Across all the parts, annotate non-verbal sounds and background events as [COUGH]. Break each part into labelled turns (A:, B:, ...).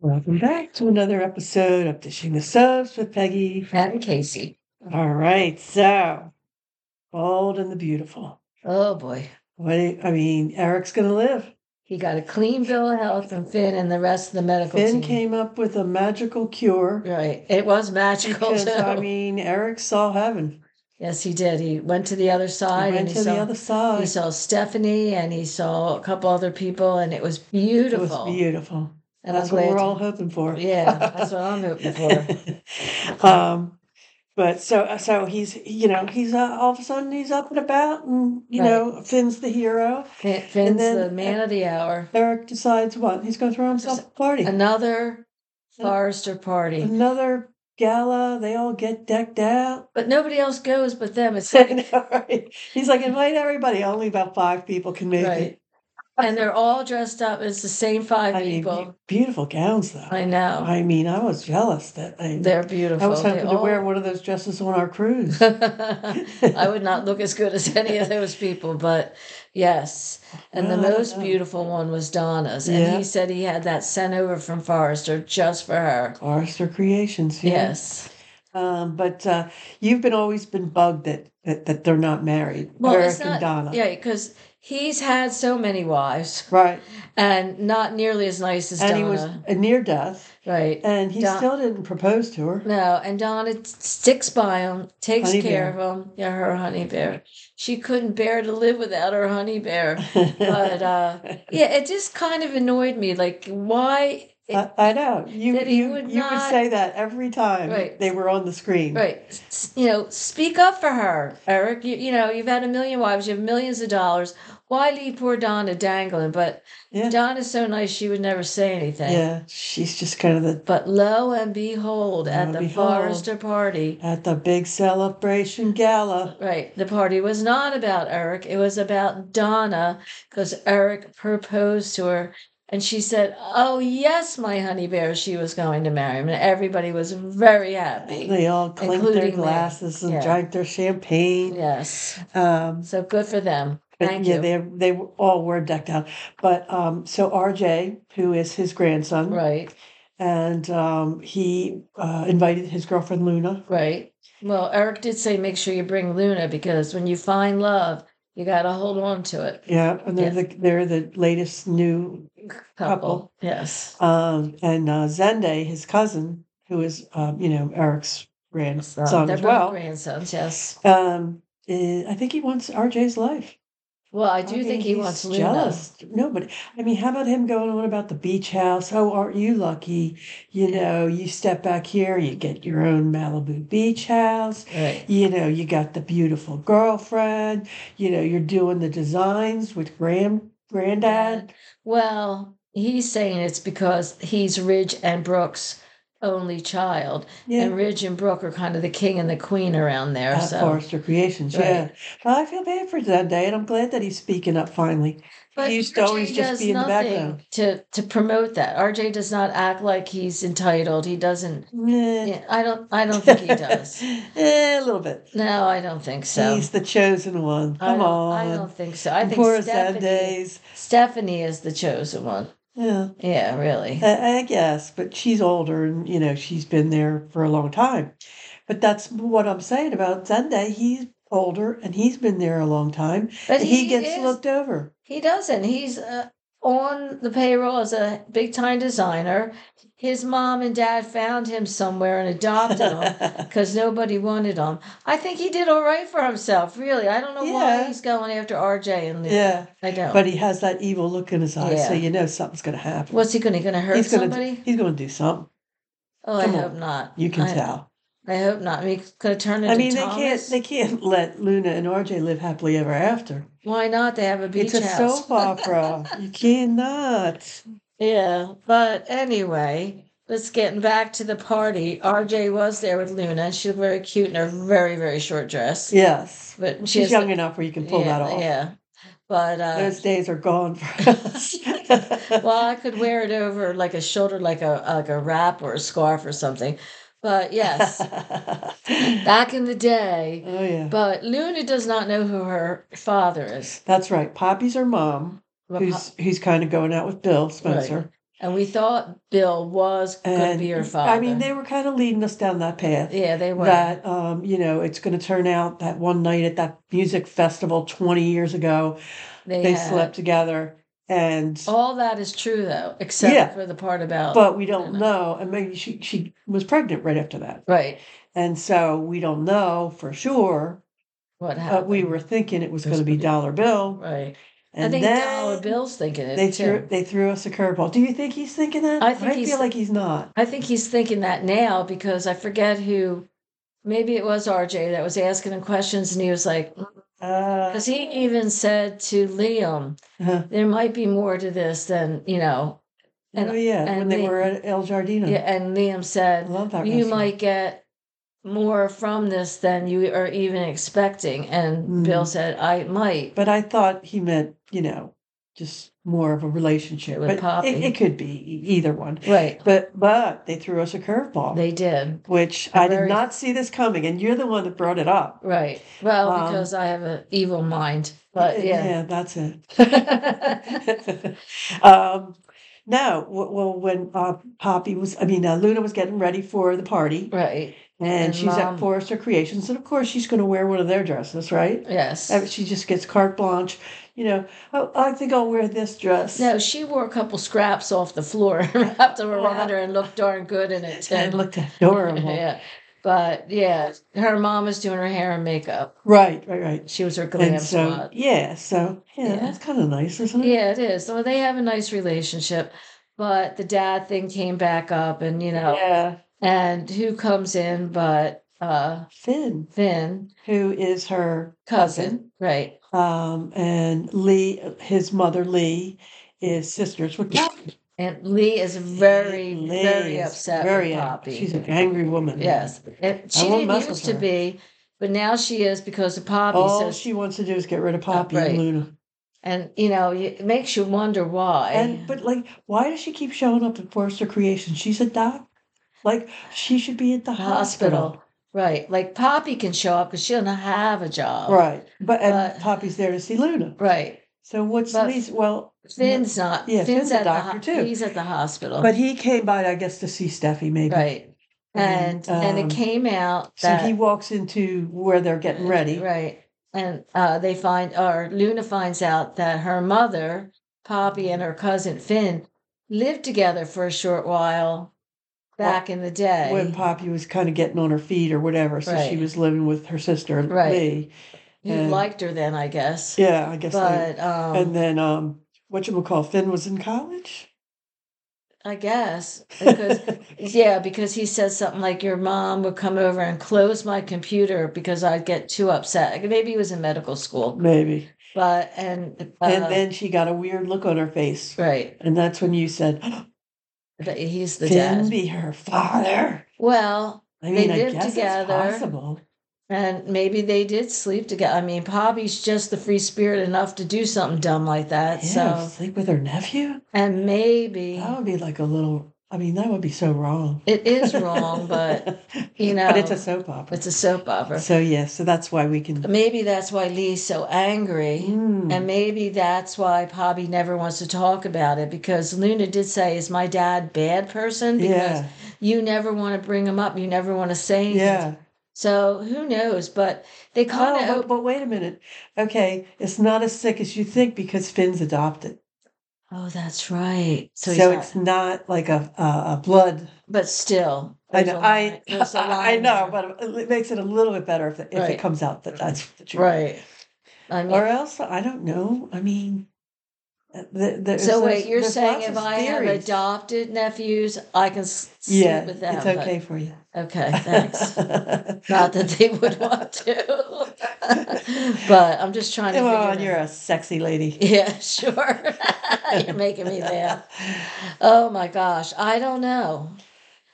A: Welcome back to another episode of Dishing the Subs with Peggy.
B: And Casey.
A: All right, so bold and the beautiful.
B: Oh boy.
A: What do you- I mean, Eric's going to live.
B: He got a clean bill of health from Finn and the rest of the medical
A: Finn
B: team.
A: came up with a magical cure
B: right. It was magical.
A: because
B: too.
A: I mean, Eric saw heaven.
B: yes, he did. He went to the other
A: He
B: side
A: went
B: and he
A: to
B: saw
A: the other side.
B: he saw Stephanie and he saw a couple other people and it was beautiful.
A: It was beautiful.
B: And I'm
A: that's what we're
B: glad-
A: all hoping for.
B: [LAUGHS] Yeah, that's what I'm hoping
A: [LAUGHS]
B: for.
A: um, but so so he's you know he's uh, all of a sudden he's up and about and you
B: Right.
A: know Finn's the hero.
B: Finn, Finn's
A: then-
B: the man of the hour.
A: Eric decides what he's going to throw himself a party.
B: Another Forrester
A: Mm-hmm.
B: party.
A: Another gala. They all get decked
B: [LAUGHS]
A: out. [LAUGHS]
B: But nobody else goes but them. It's
A: And, all right, he's like invite everybody. Only about five people can make
B: right.
A: it.
B: And they're all dressed up. It's the same five
A: I mean,
B: people.
A: be- beautiful gowns though.
B: I know.
A: I mean, I was jealous that I,
B: They're beautiful.
A: I was
B: They
A: hoping to
B: all-
A: wear one of those dresses on our cruise.
B: [LAUGHS] I would not look as good as any of those people, but yes. And the
A: Well, I don't
B: most
A: know.
B: beautiful one was Donna's. And
A: Yeah.
B: he said he had that sent over from Forrester just for her.
A: Forrester Creations. yeah.
B: Yes.
A: Um, but uh, you've been always been bugged that, that that they're not married,
B: Well,
A: Eric
B: it's not,
A: and Donna.
B: Yeah, because he's had so many wives
A: Right.
B: and not nearly as nice as
A: and
B: Donna.
A: he was uh, near death,
B: right.
A: and he
B: Don-
A: still didn't propose to her.
B: No, and Donna t- sticks by him, takes
A: Honey
B: care of him. Yeah, her honey bear. She couldn't bear to live without her honey bear.
A: [LAUGHS]
B: But uh, yeah, it just kind of annoyed me. Like, why? it-
A: I, I know you
B: that he
A: you
B: would
A: you would
B: not-
A: say that every time
B: Right.
A: they were on the screen.
B: right, s- you know, speak up for her, Eric. You, you know, you've had a million wives, you have millions of dollars. Why leave poor Donna dangling? But
A: Yeah.
B: Donna's so nice, she would never say anything.
A: Yeah, she's just kind of the
B: But lo and behold,
A: Lo
B: at
A: and
B: the
A: behold.
B: Forrester party,
A: at the big celebration gala.
B: Right. The party was not about Eric. It was about Donna because Eric proposed to her. And she said, Oh, yes, my honey bear, she was going to marry him. And everybody was very happy.
A: They all clinked
B: Including
A: their
B: me.
A: glasses and
B: Yeah.
A: drank their champagne.
B: Yes.
A: Um,
B: So good for them.
A: But
B: Thank
A: yeah,
B: you.
A: they they were- all were decked out. But um, so RJ, who is his grandson,
B: Right.
A: and um, he uh, invited his girlfriend Luna.
B: Right. Well, Eric did say, Make sure you bring Luna because when you find love, you got to hold on to it.
A: Yeah, and they're the they're the latest new. Couple.
B: Couple. Yes.
A: Um, and uh, Zenday, his cousin, who is um, you know Eric's grandson
B: They're
A: as
B: both
A: well.
B: grandsons. Yes.
A: Um, eh, I think he wants RJ's life.
B: Well, I do
A: mean,
B: think he
A: he's
B: wants Luna.
A: jealous. No, but I mean, how about him going on about the beach house? Oh, aren't you lucky? You know, you step back here, you get your own Malibu beach house.
B: Right.
A: You know, you got the beautiful girlfriend. You know, you're doing the designs with grand granddad.
B: Well, he's saying it's because he's Ridge and Brooke's only child,
A: Yeah,
B: and Ridge and Brooke are kind of the king and the queen around there.
A: at
B: so,
A: Forrester Creations. Yeah,
B: Right.
A: well, I feel bad for that day, and I'm glad that he's speaking up finally.
B: but
A: He used to
B: RJ
A: always just
B: does
A: be in the
B: nothing
A: background.
B: to to promote that. RJ does not act like he's entitled. He doesn't.
A: Nah.
B: yeah, I don't. I don't think he
A: [LAUGHS]
B: does.
A: eh, a little bit.
B: No, I don't think so.
A: He's the chosen one.
B: I
A: Come
B: don't-
A: on.
B: I don't think so. I
A: Poor
B: think Stephanie,
A: Sundays.
B: Stephanie is the chosen one.
A: Yeah,
B: Yeah, really.
A: I, I guess, but she's older and you know she's been there for a long time. But that's what I'm saying about Sunday. He's older and he's been there a long time.
B: But
A: he, gets
B: is-
A: looked over.
B: He doesn't. He's uh, on the payroll as a big time designer. His mom and dad found him somewhere and adopted
A: [LAUGHS]
B: him
A: yeah,
B: because nobody wanted him. I think he did all right for himself, really. I don't know
A: Yeah.
B: why he's going after RJ
A: [LAUGHS]
B: and Lou. I don't.
A: but he has that evil look in his eye, so
B: Yeah.
A: you know something's going to happen.
B: What's he going to going to hurt
A: he's gonna
B: somebody?
A: do, he's going to do something.
B: oh, I
A: come on.
B: hope not.
A: You can
B: I,
A: tell.
B: I hope not. He's going to turn into
A: I mean, they can't
B: Thomas.
A: they can't [LAUGHS] let Luna and RJ live happily ever after.
B: Why not? They have a beach
A: It's a
B: house. [LAUGHS]
A: soap opera. you cannot.
B: Yeah, but anyway, let's get back to the party. RJ was there with Luna. She looked very cute in her very, very short dress.
A: Yes.
B: But she
A: She's
B: has-
A: young enough where you can pull
B: yeah,
A: that off.
B: Yeah. But uh,
A: Those days are gone
B: [LAUGHS]
A: for us.
B: well, I could wear it over like a shoulder, like a like a wrap or a scarf or something.
A: [LAUGHS]
B: But yes,
A: oh
B: back in the day.
A: yeah,
B: But Luna does not know who her father is.
A: that's right. Poppy's her mom,
B: But
A: who's who's kind of going out with Bill Spencer.
B: And we thought Bill was going to
A: And
B: be her father.
A: I mean, they were kind of leading us down that path.
B: yeah, they were.
A: That um, you know, it's going to turn out that one night at that music festival twenty years ago,
B: they
A: they
B: had-
A: slept together, and
B: All that is true, though, except
A: Yeah.
B: for the part about
A: but we don't
B: I
A: know. And maybe she she was pregnant right after that,
B: right
A: and so we don't know for sure.
B: what
A: But
B: happened.
A: uh, we were thinking it was
B: It was
A: going to be
B: gonna be-
A: Dollar Bill,
B: right.
A: and
B: I think
A: then
B: Dollar Bill's thinking it
A: they
B: too.
A: threw they threw us a curveball. Do you think he's thinking that?
B: I think
A: I
B: he's-
A: feel like he's not.
B: I think he's thinking that now because I forget who. Maybe it was RJ that was asking him questions, and he was like,
A: Uh,
B: because he even said to Liam,
A: huh.
B: "There might be more to this than you know." And-
A: oh yeah,
B: and
A: when they,
B: they-
A: were at El Jardino.
B: Yeah, and Liam
A: I
B: said,
A: love that.
B: "You
A: restaurant.
B: might get more from this than you are even expecting." And Bill
A: Mm.
B: said, "I might."
A: But I thought he meant, you know, just more of a relationship.
B: With
A: but
B: Poppy.
A: It, it could be e- either one.
B: Right.
A: But but they threw us a curveball,
B: They did.
A: which
B: A
A: I did
B: very-
A: not see this coming. And you're the one that brought it up.
B: Right. Well,
A: Um,
B: because I have an evil mind, but
A: Yeah, [LAUGHS]
B: yeah.
A: that's it. um, no, w- well, when uh, Poppy was, I mean, uh, Luna was getting ready for the party,
B: right.
A: and,
B: And
A: she's
B: Mom-
A: at Forrester Creations, and of course, she's going to wear one of their dresses, right?
B: Yes.
A: Uh, She just gets carte blanche, you know. Oh, I think I'll wear this dress.
B: No, she wore a couple scraps off the floor, [LAUGHS] wrapped them around her, and looked darn good in it.
A: and
B: too.
A: looked adorable.
B: [LAUGHS] yeah. But yeah, her mom was doing her hair and makeup.
A: Right, right, right.
B: She was her glam
A: And so, Mm-hmm.
B: squad.
A: yeah, so yeah,
B: Yeah.
A: that's kind of nice, isn't it?
B: Yeah, it is. So they have a nice relationship. But the dad thing came back up, and you know,
A: Yeah.
B: and who comes in but uh
A: Finn,
B: Finn,
A: who is her
B: cousin, right?
A: um, and Lee, his mother Lee, is sisters with Poppy.
B: And Lee is very,
A: Lee
B: very
A: is
B: upset
A: Very
B: with
A: angry.
B: Poppy.
A: She's an angry woman.
B: Yes, and she
A: won't
B: didn't
A: mess with
B: used to
A: her.
B: be, but now she is because of Poppy.
A: All
B: so,
A: Oh, she wants to do is get rid of Poppy
B: right.
A: and Luna.
B: and you know, it makes you wonder why.
A: And but like, why does she keep showing up at Forrester Creation? She's a doc. Like she should be at the
B: The hospital. right? Like Poppy can show up because she doesn't have a job,
A: Right. But and
B: But-
A: Poppy's there to see Luna.
B: Right.
A: So what's
B: But-
A: Lee's? Well,
B: Finn's not.
A: Yeah,
B: Finn's,
A: Finn's a
B: at
A: doctor,
B: the ho-
A: too.
B: He's at the hospital,
A: But he came by, I guess, to see Steffi, maybe.
B: right? And
A: um,
B: and it came out
A: So
B: that
A: he walks into where they're getting ready.
B: right? And uh, they find, or Luna finds out that her mother, Poppy, and her cousin Finn lived together for a short while back in the day.
A: When Poppy was kind of getting on her feet or whatever, so she
B: Right.
A: was living with her sister
B: Right.
A: Lee.
B: you
A: and-
B: liked her then, I guess.
A: Yeah, I guess. they-
B: but um,
A: and then um, what you call Finn was in college. [LAUGHS]
B: I guess because yeah, because he says something like your mom would come over and close my computer because I'd get too upset. Maybe he was in medical school,
A: maybe.
B: but and uh,
A: and then she got a weird look on her face,
B: right,
A: and that's when you said,
B: but he's [GASPS] the
A: "Finn
B: dad.
A: be her father."
B: Well,
A: I
B: They
A: mean, I
B: lived
A: guess
B: together.
A: it's possible.
B: And maybe they did sleep together. I mean, Poppy's just the free spirit enough to do something dumb like that.
A: Yeah,
B: So,
A: sleep with her nephew.
B: and maybe
A: That would be like a little. I mean, that would be so wrong.
B: it is wrong, but
A: [LAUGHS]
B: you
A: but it's
B: know,
A: a soap opera.
B: it's a soap opera.
A: So yeah, so that's why we can.
B: Maybe that's why Lee's so angry.
A: Mm,
B: And maybe that's why Poppy never wants to talk about it because Luna did say, Is my dad a bad person? Because
A: yeah,
B: you never want to bring him up. You never want to say anything.
A: yeah.
B: So who knows? But they
A: Oh,
B: kind of.
A: but, but wait a minute. Okay, it's not as sick as you think because Finn's adopted,
B: oh, that's right.
A: so,
B: So, he's not-
A: it's not like a a, a blood.
B: But still,
A: I
B: there's
A: know,
B: a
A: I,
B: line- there's
A: [LAUGHS]
B: a
A: I
B: line
A: know,
B: there.
A: but it makes it a little bit better if, if
B: Right.
A: it comes out that that's the truth.
B: right. I mean,
A: Or else, I don't know. I mean, uh, the, the,
B: so wait,
A: there's-
B: you're
A: there's
B: saying
A: lots
B: if
A: of
B: I have
A: theories.
B: adopted nephews, I can s- sleep
A: yeah,
B: with them.
A: it's
B: but-
A: okay for you. [LAUGHS]
B: okay, thanks. Not that they would want to, but I'm just trying to.
A: Come on,
B: figure
A: you're
B: it out.
A: a sexy lady.
B: [LAUGHS] Yeah, sure. [LAUGHS] you're making me laugh. Oh my gosh, I don't know.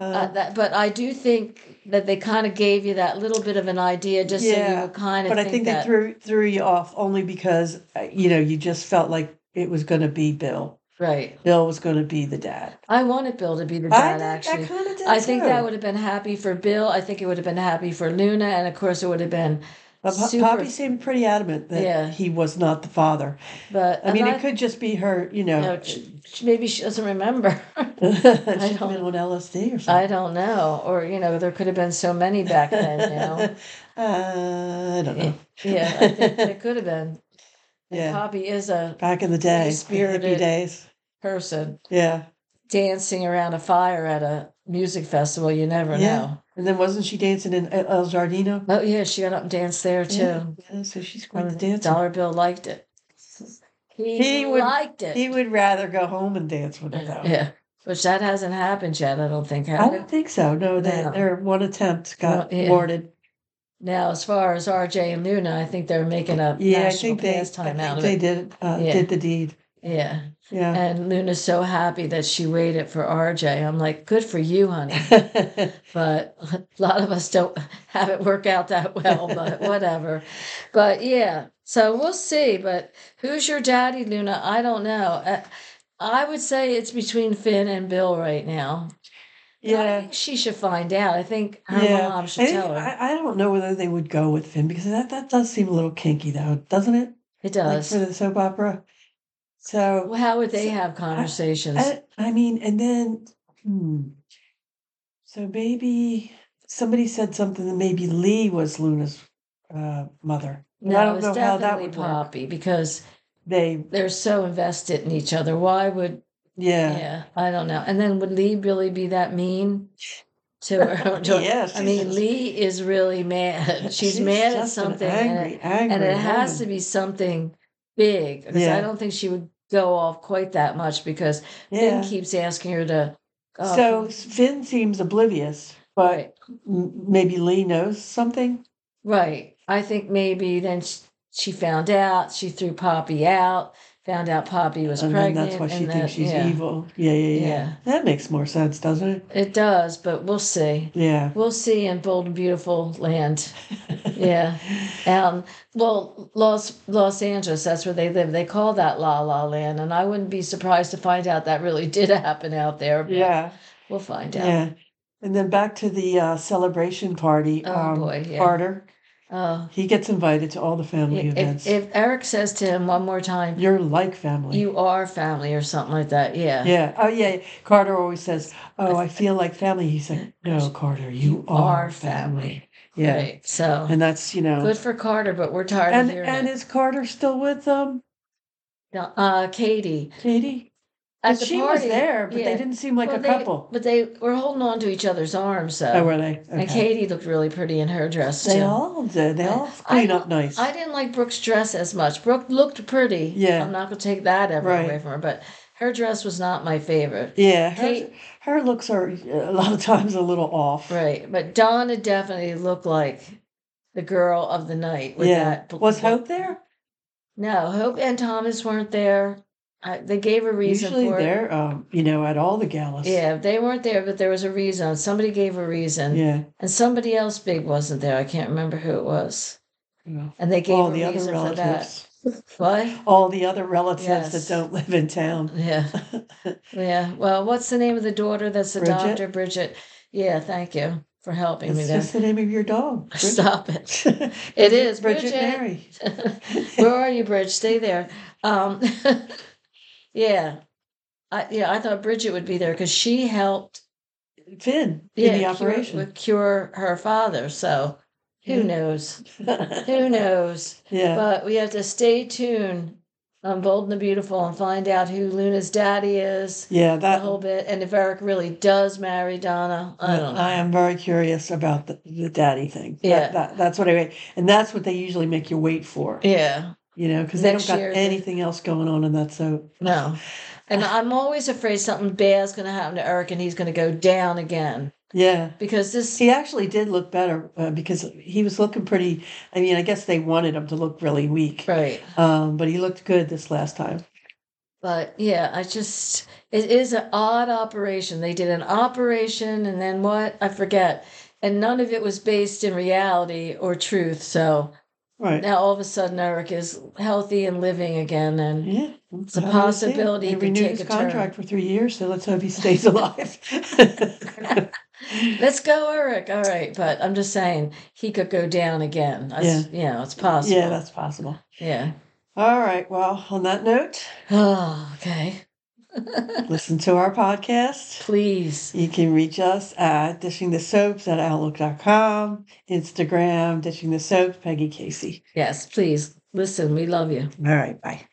B: Uh,
A: [LAUGHS] Uh,
B: that, but I do think that they kind of gave you that little bit of an idea, just so you
A: Yeah,
B: would kind of.
A: but I think they
B: that,
A: threw threw you off only because uh, you know you just felt like it was going to be Bill.
B: right.
A: Bill was going to be the dad.
B: I wanted Bill to be the dad.
A: I, did-
B: actually,
A: I kind of did.
B: I think
A: too.
B: that would have been happy for Bill. I think it would have been happy for Luna, and of course, it would have been
A: But Pa-
B: super-
A: Poppy seemed pretty adamant that
B: Yeah.
A: he was not the father.
B: But
A: I mean,
B: and
A: it could just be her, you know, uh, [LAUGHS]
B: no, she- she- maybe she doesn't remember. [LAUGHS]
A: she's
B: I don't-
A: been on LSD or
B: I
A: something.
B: don't know. Or, you know, there could have been so many back then,
A: [LAUGHS]
B: you know.
A: uh, I don't know.
B: Yeah, I think there could have been. And
A: Yeah.
B: Poppy is a
A: Back in the day, the hippie
B: Free-spirited.
A: days.
B: person
A: Yeah.
B: dancing around a fire at a music festival. You never
A: Yeah.
B: know.
A: And then wasn't she dancing in uh, El El Jardino?
B: Oh, yeah, she got up and danced there too.
A: Yeah. Yeah, so she's quite the
B: And
A: dancer.
B: Dollar Bill liked it. He,
A: He would-
B: liked it.
A: He would rather go home and dance with her, though.
B: yeah, which that hasn't happened yet. I don't think.
A: I
B: Had
A: don't
B: it?
A: think so. No, they,
B: No.
A: their one attempt got
B: Well, yeah.
A: thwarted.
B: Now, as far as R.J. and Luna, I think they're making a
A: Yeah, I
B: national
A: think they, I
B: pastime
A: think
B: out of
A: they
B: it.
A: did uh,
B: Yeah.
A: did the deed.
B: Yeah,
A: [LAUGHS] Yeah.
B: and Luna's so happy that she waited for R.J. I'm like, good for you,
A: [LAUGHS]
B: honey. but a lot of us don't have it work out that well,
A: [LAUGHS]
B: but whatever. But yeah, so we'll see. But who's your daddy, Luna? I don't know. Uh, I would say it's between Finn and Bill right now. And I
A: yeah.
B: think she should find out. I think her
A: Yeah.
B: mom
A: I,
B: should
A: think,
B: tell her.
A: I, I don't know whether they would go with Finn because that, that does seem a little kinky though, doesn't it? Like
B: it does.
A: for the soap opera. So
B: Well, How would they
A: So,
B: have conversations?
A: I, Uh, I mean, and then hmm. So maybe somebody said something that maybe Lee was Luna's uh, mother. And
B: no,
A: I don't
B: it's
A: know how
B: definitely
A: that would work.
B: Poppy because
A: They
B: they're so invested in each other. Why would yeah.
A: yeah.
B: I don't know. And then would Lee really be that mean
A: [LAUGHS]
B: to her? [LAUGHS] to her-
A: Yes.
B: I mean, Lee is
A: [LAUGHS]
B: really mad. [LAUGHS] She's, mad at something, and
A: angry,
B: it,
A: angry
B: and it has to
A: woman.
B: be something big because
A: Yeah.
B: I don't think she would go off quite that much because
A: Yeah.
B: Finn keeps asking her to. uh,
A: so Finn seems oblivious, but
B: right,
A: m- maybe Lee knows something.
B: right. I think maybe then she, she found out she threw Poppy out. Found out Poppy was
A: and then
B: pregnant.
A: that's why she
B: and that-
A: thinks she's
B: yeah.
A: evil. Yeah, yeah, yeah,
B: Yeah.
A: That makes more sense, doesn't it?
B: It does, but we'll see.
A: Yeah.
B: We'll see in bold and beautiful
A: [LAUGHS]
B: land. Yeah. Um, well, Los Los Angeles, that's where they live. They call that La La Land, and I wouldn't be surprised to find out that really [LAUGHS] did happen out there. but
A: yeah.
B: we'll find out.
A: Yeah. And then back to the uh, celebration party. um,
B: Oh, boy, yeah.
A: Carter,
B: Oh,
A: he gets invited to all the family
B: if,
A: events.
B: if Eric says to him one more time,
A: You're like family.
B: "You are family" or something like that, yeah,
A: yeah. Oh, yeah. Carter always says, "Oh, I feel like family." He's
B: [LAUGHS]
A: like, "No, Carter, you, are, family." Yeah.
B: Right. So
A: And that's you know.
B: good for Carter, but we're tired
A: and
B: of hearing
A: and
B: it.
A: is Carter still with um
B: No, uh, Katie
A: Katie? 'Cause
B: at the
A: she
B: party
A: was there, but
B: yeah.
A: they didn't seem like
B: Well,
A: a
B: they-
A: couple.
B: but they were holding on to each other's arms. So
A: oh, were they? Okay.
B: and Katie looked really pretty in her dress
A: They
B: too.
A: all did. They
B: I-
A: all clean
B: I
A: up nice.
B: I didn't like Brooke's dress as much. Brooke looked pretty.
A: Yeah.
B: I'm not gonna take that ever
A: Right.
B: away from her, but her dress was not my favorite.
A: yeah, her,
B: Kate-
A: her looks are a lot of times a little off.
B: Right. But Donna definitely looked like the girl of the night with
A: Yeah.
B: that. bl-
A: Was
B: bl-
A: Hope there?
B: No, Hope and Thomas weren't there. I, they gave a reason
A: Usually
B: for it.
A: they're um, you know, at all the galas.
B: Yeah, they weren't there, but there was a reason. Somebody gave a reason,
A: Yeah.
B: and somebody else big wasn't there. I can't remember who it was,
A: yeah.
B: and they gave
A: All
B: a
A: the other
B: reason for that.
A: relatives.
B: What?
A: All the other relatives
B: Yes. Mm-hmm.
A: that don't live in town. [LAUGHS]
B: Yeah. Yeah. Well, what's the name of the daughter that's a
A: Bridget?
B: doctor? Bridget. Yeah, thank you for helping me
A: It's
B: there. [LAUGHS]
A: just the name of your dog. [LAUGHS]
B: Stop it.
A: Bridget,
B: It is
A: Bridget
B: Bridget.
A: Mary.
B: [LAUGHS]
A: [LAUGHS]
B: Where are you, Bridge? Stay there. Um, [LAUGHS] yeah. I, yeah, I thought Bridget would be there because she helped
A: Finn in
B: yeah,
A: the
B: cure-
A: operation.
B: cure, her father. So who
A: Yeah.
B: knows? Who knows?
A: [LAUGHS] yeah.
B: But we have to stay tuned on Bold and the Beautiful and find out who Luna's daddy is.
A: Yeah,
B: a
A: that
B: whole bit. And if Eric really does marry Donna, I don't know.
A: Uh, I am very curious about the, the daddy thing. That-
B: Yeah.
A: that- that's what I wait, and that's what they usually make you wait for.
B: yeah,
A: You know, because they don't
B: Next
A: got
B: year, they-
A: anything else going on in that soap.
B: no. And I'm always afraid something bad's going to happen to Eric and he's going to go down again
A: Yeah,
B: because this.
A: he actually did look better uh, because he was looking pretty. I mean, I guess they wanted him to look really weak,
B: Right.
A: um, but he looked good this last time.
B: But yeah, I just. It is an odd operation. They did an operation and then what? I forget. And none of it was based in reality or truth. So
A: Right.
B: now all of a sudden Eric is healthy and living again. And
A: yeah,
B: a
A: How do you see it?
B: possibility
A: They
B: he could
A: renewed
B: take
A: his
B: a turn. [LAUGHS]
A: contract for three years, so let's hope he stays alive.
B: Let's go, Eric. All right. But I'm just saying he could go down again. That's, You know, it's possible.
A: [LAUGHS] Yeah,
B: Yeah.
A: that's possible. All right. Well, on that
B: [LAUGHS]
A: note,
B: Oh, okay.
A: listen to our podcast.
B: Please.
A: You can reach us at dishing the soaps at outlook.com, Instagram, dishing the soaps, Peggy Casey.
B: Yes, please. Listen, we love you.
A: All right. Bye.